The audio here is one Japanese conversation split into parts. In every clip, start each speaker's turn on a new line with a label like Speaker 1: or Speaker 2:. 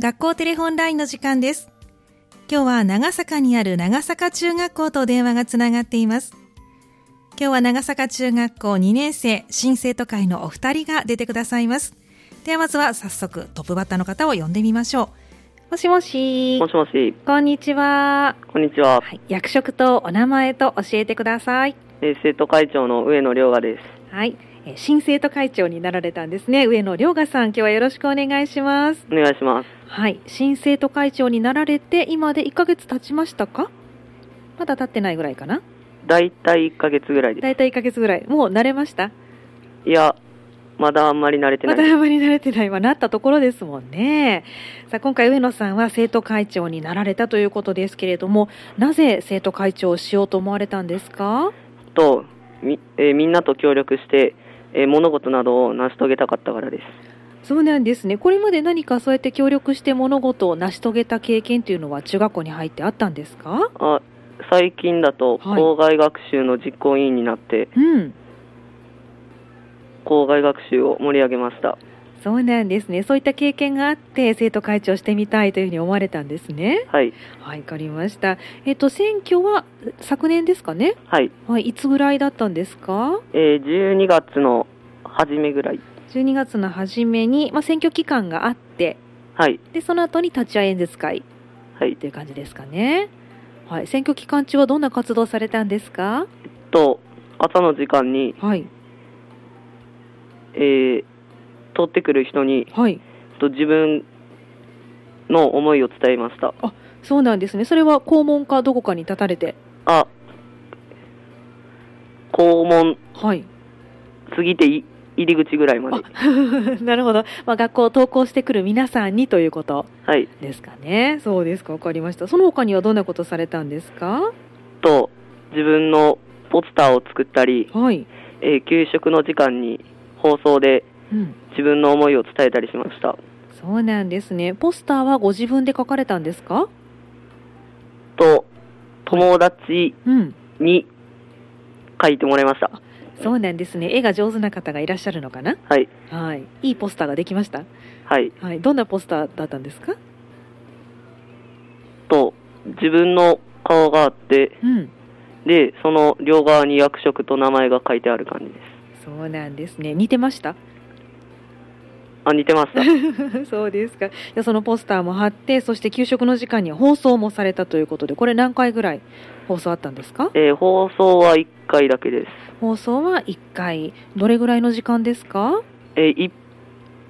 Speaker 1: 学校テレホンラインの時間です。今日は長坂にある長坂中学校と電話がつながっています。今日は長坂中学校2年生新生徒会のお二人が出てくださいます。ではまずは早速トップバッターの方を呼んでみましょう。もしもし。
Speaker 2: もしもし、
Speaker 1: こんにちは。
Speaker 2: こんにちは。
Speaker 1: はい、役職とお名前と教えてください。
Speaker 2: えー生徒会長の上野良賀です。
Speaker 1: はい、えー新生徒会長になられたんですね。上野良賀さん、今日はよろしくお願いします。
Speaker 2: お願いします。
Speaker 1: はい、新生徒会長になられて今で1ヶ月経ちましたか？まだ経ってないぐらいかな。
Speaker 2: だいたい1ヶ月ぐらいで
Speaker 1: だいたい1ヶ月ぐらい。もう慣れました。
Speaker 2: す。いや、まだあんまり慣れて
Speaker 1: ま
Speaker 2: ない
Speaker 1: だ
Speaker 2: で
Speaker 1: あ
Speaker 2: す。
Speaker 1: まり慣れてないわ。なったところですもんね。さあ、今回上野さんは生徒会長になられたということですけれども、なぜ生徒会長をしようと思われたんですか？
Speaker 2: とみ、えーみんなと協力して、えー物事などを成し遂げたかったからです。
Speaker 1: そうなんですね。これまで何かそうやって協力して物事を成し遂げた経験というのは中学校に入ってあったんですか？
Speaker 2: あ、最近だと、
Speaker 1: はい
Speaker 2: 校外学習の実行委員になって、
Speaker 1: うん。
Speaker 2: 校外学習を盛り上げました。
Speaker 1: そうなんですね。そういった経験があって生徒会長してみたいというふうに思われたんですね。
Speaker 2: はい。
Speaker 1: はい、わかりました。えっと選挙は昨年ですかね。
Speaker 2: はい。
Speaker 1: はい、いつぐらいだったんですか？
Speaker 2: えー12月の初めぐらい。
Speaker 1: 12月の初めにまあ選挙期間があって、
Speaker 2: はい。
Speaker 1: でその後に立ち会い演説会
Speaker 2: はい
Speaker 1: と。いう感じですかね。はい、選挙期間中はどんな活動をされたんですか？
Speaker 2: と、朝の時間に、
Speaker 1: はい、
Speaker 2: えー通ってくる人に、
Speaker 1: はい。
Speaker 2: と自分の思いを伝えました
Speaker 1: そうなんですね。それは校門かどこかに立たれて。
Speaker 2: あ校門
Speaker 1: はい。
Speaker 2: 過ぎてい入り口ぐらいまで
Speaker 1: なるほど。まあ、学校を登校してくる皆さんにということ
Speaker 2: はい
Speaker 1: ですかね。そうですか。わかりました。その他にはどんなことされたんですか
Speaker 2: と自分のポスターを作ったり、
Speaker 1: はい。
Speaker 2: えー給食の時間に放送で
Speaker 1: うん。
Speaker 2: 自分の思いを伝えたりしました
Speaker 1: そうなんですね。ポスターはご自分で書かれたんですか
Speaker 2: と友達
Speaker 1: うん。
Speaker 2: に書いてもらいました
Speaker 1: そうなんですね。絵が上手な方がいらっしゃるのかな
Speaker 2: はい
Speaker 1: はい。いいポスターができました。
Speaker 2: はい
Speaker 1: はい。どんなポスターだったんですか
Speaker 2: と自分の顔があって
Speaker 1: うん。
Speaker 2: でその両側に役職と名前が書いてある感じです
Speaker 1: そうなんですね。似てました
Speaker 2: あ似てました
Speaker 1: そうですか。じゃあそのポスターも貼って、そして給食の時間には放送もされたということで、これ何回ぐらい放送あったんですか
Speaker 2: えー放送は1回だけです。
Speaker 1: 放送は1回。どれぐらいの時間ですか
Speaker 2: えー1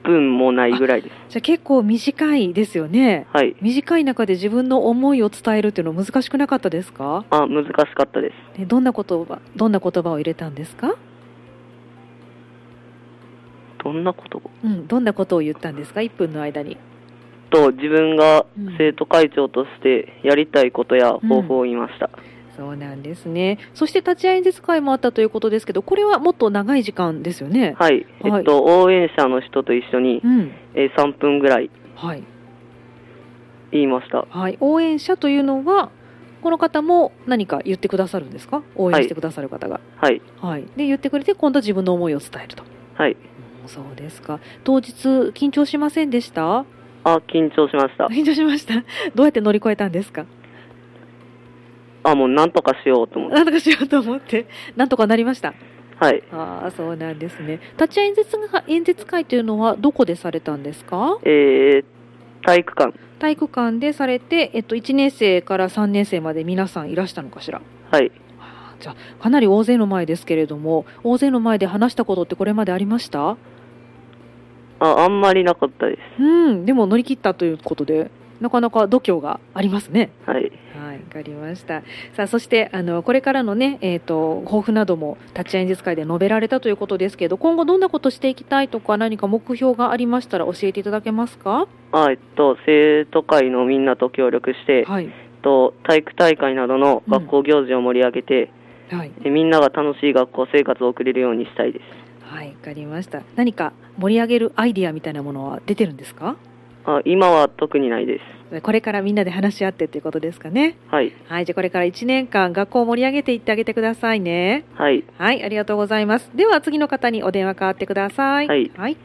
Speaker 2: 分もないぐらいです。
Speaker 1: じゃあ結構短いですよね。
Speaker 2: はい。
Speaker 1: 短い中で自分の思いを伝えるっていうのは難しくなかったですか、
Speaker 2: あ、難しかったです。
Speaker 1: ね、どんな言葉、どんな言葉を入れたんですか
Speaker 2: どんなこと
Speaker 1: うん、どんなことを言ったんですか ?1 分の間に。
Speaker 2: と、自分が
Speaker 1: うん
Speaker 2: 生徒会長としてやりたいことや抱負を言いました。
Speaker 1: そうなんですね。そして立ち会い演説会もあったということですけど、これはもっと長い時間ですよね。
Speaker 2: はい。
Speaker 1: はい
Speaker 2: えっと、応援者の人と一緒に
Speaker 1: う、ん。
Speaker 2: えー3分ぐらい
Speaker 1: はい。
Speaker 2: 言いました。
Speaker 1: はい、応援者というのはこの方も何か言ってくださるんですか応援してくださる方が、
Speaker 2: はい。
Speaker 1: はいで言ってくれて今度は自分の思いを伝えると、
Speaker 2: はい。
Speaker 1: うんそうですか当日緊張しませんでした
Speaker 2: あ、緊張しました。
Speaker 1: 緊張しましたどうやって乗り越えたんですか
Speaker 2: あ、もうなんとかしようと思って。
Speaker 1: なんとかしようと思ってなんとかなりました
Speaker 2: はい。
Speaker 1: ああそうなんですね立ち会い演説が演説会というのはどこでされたんですか
Speaker 2: えー体育館。
Speaker 1: 体育館でされて、えっと、1年生から3年生まで皆さんいらしたのかしら
Speaker 2: はい。
Speaker 1: あーじゃあかなり大勢の前ですけれども大勢の前で話したことってこれまでありました
Speaker 2: あ、あんまりなかったで
Speaker 1: うんでも乗り切ったということでなかなか度胸がありますね
Speaker 2: す。はい。
Speaker 1: はいわかりましたさあそしてあのこれからのねえっ、と抱負なども立ち会い演説会で述べられたということですけど今後どんなことしていきたいとか何か目標がありましたら教えていただけますか
Speaker 2: あ、えっと、生徒会のみんなと協力して、
Speaker 1: はい
Speaker 2: えっと体育大会などの学校行事を盛り上げて、
Speaker 1: はい
Speaker 2: えみんなが楽しい学校生活を送れるようにしたいです
Speaker 1: はいわかりました何か盛り上げるアイディアみたいなものは出てるんですか
Speaker 2: あ今は特にないです
Speaker 1: これからみんなで話し合ってということですかね
Speaker 2: はい
Speaker 1: はい、じゃあこれから1年間学校を盛り上げていってあげてくださいね。
Speaker 2: はい
Speaker 1: はい、ありがとうございます。では次の方にお電話代わってください。
Speaker 2: はい
Speaker 1: はい。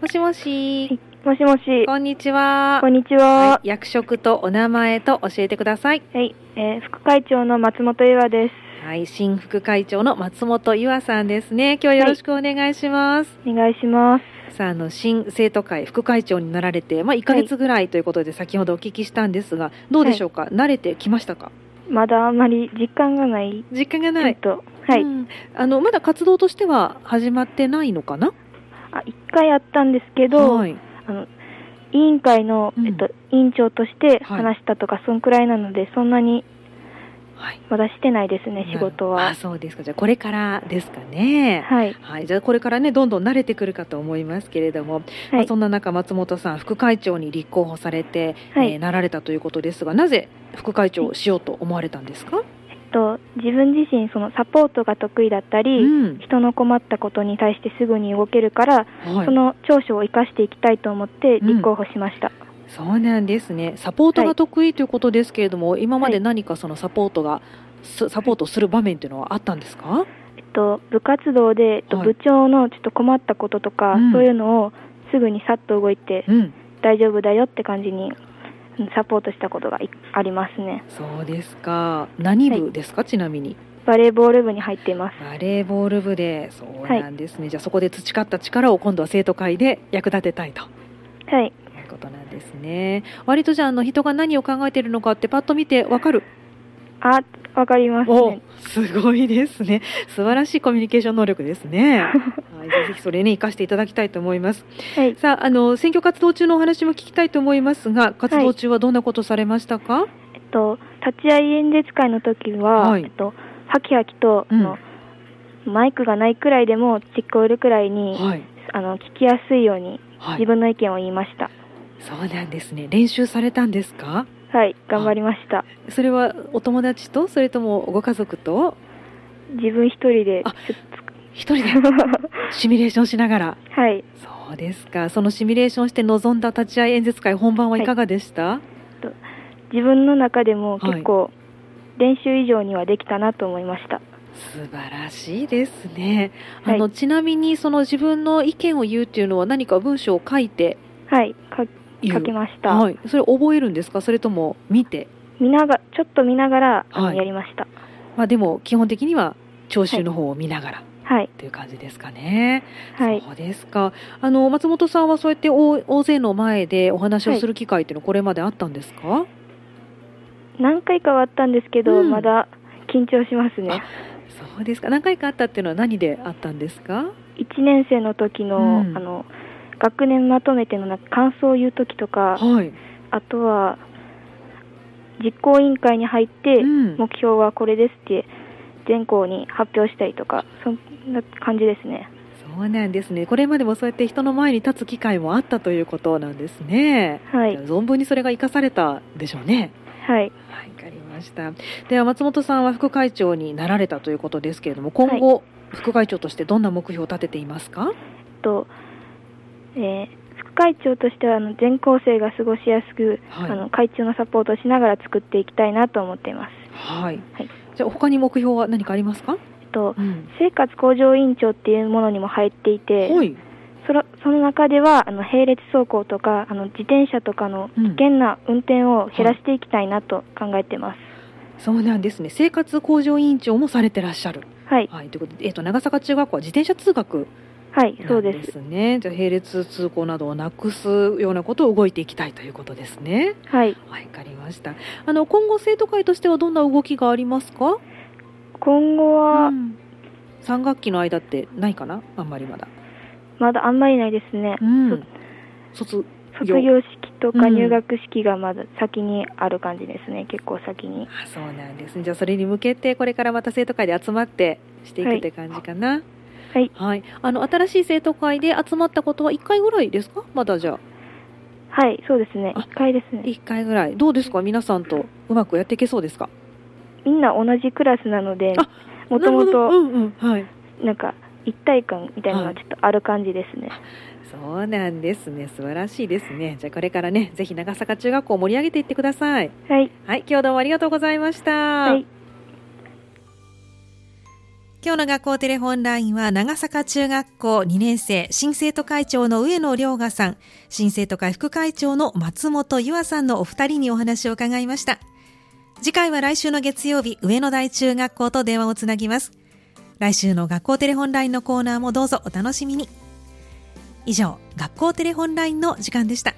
Speaker 1: もしもし。
Speaker 3: もしもし。
Speaker 1: こんにちは。
Speaker 3: こんにち
Speaker 1: は
Speaker 3: は。
Speaker 1: い役職とお名前と教えてください。
Speaker 3: はい、えー副会長の松本優和です。
Speaker 1: はい、新副会長の松本優愛さんですね。今日よろしくお願いします。
Speaker 3: お願いします。
Speaker 1: さあ、あの新生徒会副会長になられて、まあ一ヶ月ぐらいということで、先ほどお聞きしたんですが、どうでしょうか。慣れてきましたか。
Speaker 3: まだあんまり実感がない。
Speaker 1: 実感がな
Speaker 3: ち
Speaker 1: い。
Speaker 3: ょっと、はい、
Speaker 1: うんあのまだ活動としては始まってないのかな。
Speaker 3: あ、一回やったんですけど、
Speaker 1: はい。
Speaker 3: あの。委員会の、
Speaker 1: うん
Speaker 3: えっと、委員長とし
Speaker 1: は
Speaker 3: て
Speaker 1: い
Speaker 3: 話したとか、そんくらいなので、そんなに
Speaker 1: はい。
Speaker 3: まだしてないですね、仕事
Speaker 1: なるほど
Speaker 3: は
Speaker 1: あ、。そうですか。じゃあこれからですかね。
Speaker 3: はい、
Speaker 1: はい、じゃあこれからねどんどん慣れてくるかと思いますけれども、ま
Speaker 3: は
Speaker 1: あ
Speaker 3: い
Speaker 1: そ、んな中松本さん副会長に立候補されて、
Speaker 3: はい
Speaker 1: えーなられたということですがなぜ副会長をしようと思われたんですか、
Speaker 3: えっと、自分自身、そのサポートが得意だった
Speaker 1: う
Speaker 3: り。
Speaker 1: ん
Speaker 3: 人の困ったことに対してすぐに動けるから、
Speaker 1: はい
Speaker 3: そ、の長所を生かしていきたいと思って立候補しました。
Speaker 1: そうなんですねサポートが得意ということですけれども、今まで何かそのサポートがすサポートする場面というのはあったんですか、
Speaker 3: えっと、部活動で、えっと
Speaker 1: はい
Speaker 3: 部長のちょっと困ったこととか、
Speaker 1: うん
Speaker 3: そういうのをすぐにさっと動いて、
Speaker 1: うん、
Speaker 3: 大丈夫だよって感じにうんサポートしたことがいありますね
Speaker 1: そうですか何部ですか、ちなみに
Speaker 3: バレーボール部に入っています
Speaker 1: バレーボール部でそうなんですね、じゃあそこで培った力を今度は生徒会で役立てたいと
Speaker 3: はい
Speaker 1: ということなんですね。割とじゃああの人が何を考えているのかってパッと見てわかる。
Speaker 3: あわかります
Speaker 1: お
Speaker 3: ね、
Speaker 1: すごいですね。素晴らしいコミュニケーション能力です ね。はい、ぜひそれね活かしていただきたいと思います。
Speaker 3: はい
Speaker 1: さああの選挙活動中のお話も聞きたいと思いますが、活動中はどんなことされましたか？
Speaker 3: えっと、立ち会い演説会の時は、
Speaker 1: はい
Speaker 3: えっと、ハキハキと、
Speaker 1: うん
Speaker 3: あのマイクがないくらいでも聞こえるくらいに、
Speaker 1: はい。
Speaker 3: あの聞きやすいように
Speaker 1: は
Speaker 3: 自
Speaker 1: い。
Speaker 3: 分の意見を言いました
Speaker 1: そうなんですね。練習されたんですか？
Speaker 3: はい頑張りました
Speaker 1: それはお友達とそれともご家族と
Speaker 3: 自分一人で
Speaker 1: あ
Speaker 3: ちょ
Speaker 1: 一人で
Speaker 3: っと
Speaker 1: シミュレーションしながら。
Speaker 3: はい
Speaker 1: そうですか。そのシミュレーションして臨んだ立ち会い演説会本番はいかがでした？
Speaker 3: 自分の中でも
Speaker 1: はい
Speaker 3: 結構練習以上にはできたなと思いました、
Speaker 1: 素晴らしいですね。あ
Speaker 3: はい
Speaker 1: の、ちなみにその自分の意見を言うっていうのは何か文章を書いて
Speaker 3: はい、か
Speaker 1: 言う
Speaker 3: 書きました、
Speaker 1: はい。それ覚えるんですかそれとも見て。
Speaker 3: 見ながちょっと見ながら、あの
Speaker 1: はい
Speaker 3: やりました
Speaker 1: まあでも基本的には聴衆の方を見ながら
Speaker 3: はい
Speaker 1: という感じですかね。
Speaker 3: はい
Speaker 1: そうですか。あの松本さんはそうやって大大勢の前でお話をする機会っていうのはこれまであったんですか？
Speaker 3: 何回かはあったんですけど、
Speaker 1: うん
Speaker 3: まだ緊張しますね
Speaker 1: そうですか。何回かあったっていうのは何であったんですか？
Speaker 3: 1年生の時の,、
Speaker 1: うん
Speaker 3: あの学年まとめてのな感想を言う時とか
Speaker 1: はい。
Speaker 3: あとは実行委員会に入って
Speaker 1: うん
Speaker 3: 目標はこれですって全校に発表したりとかそんな感じですね
Speaker 1: そうなんですね。これまでもそうやって人の前に立つ機会もあったということなんですね。
Speaker 3: はい
Speaker 1: 存分にそれが生かされたでしょうね。
Speaker 3: は
Speaker 1: は
Speaker 3: い
Speaker 1: い、わかりました。では松本さんは副会長になられたということですけれども、今後、副会長としてどんな目標を立てていますか？
Speaker 3: と、えー副会長としてはあの全校生が過ごしやすく、
Speaker 1: はい
Speaker 3: あの会長のサポートをしながら作っていきたいなと思っています。
Speaker 1: はい。
Speaker 3: はい
Speaker 1: じゃあ他に目標は何かありますか？
Speaker 3: えっと
Speaker 1: うん。
Speaker 3: 生活向上委員長っていうものにも入っていて、
Speaker 1: はい。
Speaker 3: そのその中ではあの並列走行とかあの自転車とかの
Speaker 1: うん
Speaker 3: 危険な運転を減らしていきたいなと考えてます。
Speaker 1: そうなんですね。生活向上委員長もされてらっしゃる。
Speaker 3: はい、
Speaker 1: はい。ということで、えっ、と長坂中学校は自転車通学
Speaker 3: はい、そう
Speaker 1: なん
Speaker 3: です。
Speaker 1: ね。じゃあ並列通行などをなくすようなことを動いていきたいということですね。
Speaker 3: はい、
Speaker 1: はい、わかりました。あの今後生徒会としてはどんな動きがありますか？
Speaker 3: 今後は
Speaker 1: うん三学期の間ってないかな？あんまりまだ。
Speaker 3: まだあんまりないですね。
Speaker 1: うん。卒
Speaker 3: 卒業式と
Speaker 1: う
Speaker 3: か
Speaker 1: ん
Speaker 3: 入学式がまだ先にある感じですね。結構先に。
Speaker 1: あ、そうなんですね。じゃあそれに向けてこれからまた生徒会で集まってしていく
Speaker 3: はい
Speaker 1: って感じかな。
Speaker 3: はい。
Speaker 1: はい。あの新しい生徒会で集まったことは一回ぐらいですか？まだじゃあ
Speaker 3: はい、そうですね。
Speaker 1: あ
Speaker 3: 一回ですね。
Speaker 1: 一回ぐらい。どうですか？皆さんとうまくやっていけそうですか？
Speaker 3: みんな同じクラスなので
Speaker 1: あ、
Speaker 3: もと
Speaker 1: な
Speaker 3: も
Speaker 1: るほど
Speaker 3: と
Speaker 1: うんうんはい。
Speaker 3: なんか一体感みたいなの
Speaker 1: は
Speaker 3: が
Speaker 1: い
Speaker 3: ちょっとある感じですね。
Speaker 1: そうなんですね。素晴らしいですね。じゃあこれからね、ぜひ長坂中学校を盛り上げていってください。
Speaker 3: はい、
Speaker 1: はい、今日どうもありがとうございました。
Speaker 3: はい。
Speaker 1: 今日の学校テレフォンラインは長坂中学校2年生新生徒会長の上野良賀さん新生徒会副会長の松本優愛さんのお二人にお話を伺いました次回は来週の月曜日上野台中学校と電話をつなぎます来週の学校テレフォンラインのコーナーもどうぞお楽しみに以上学校テレフォンラインの時間でした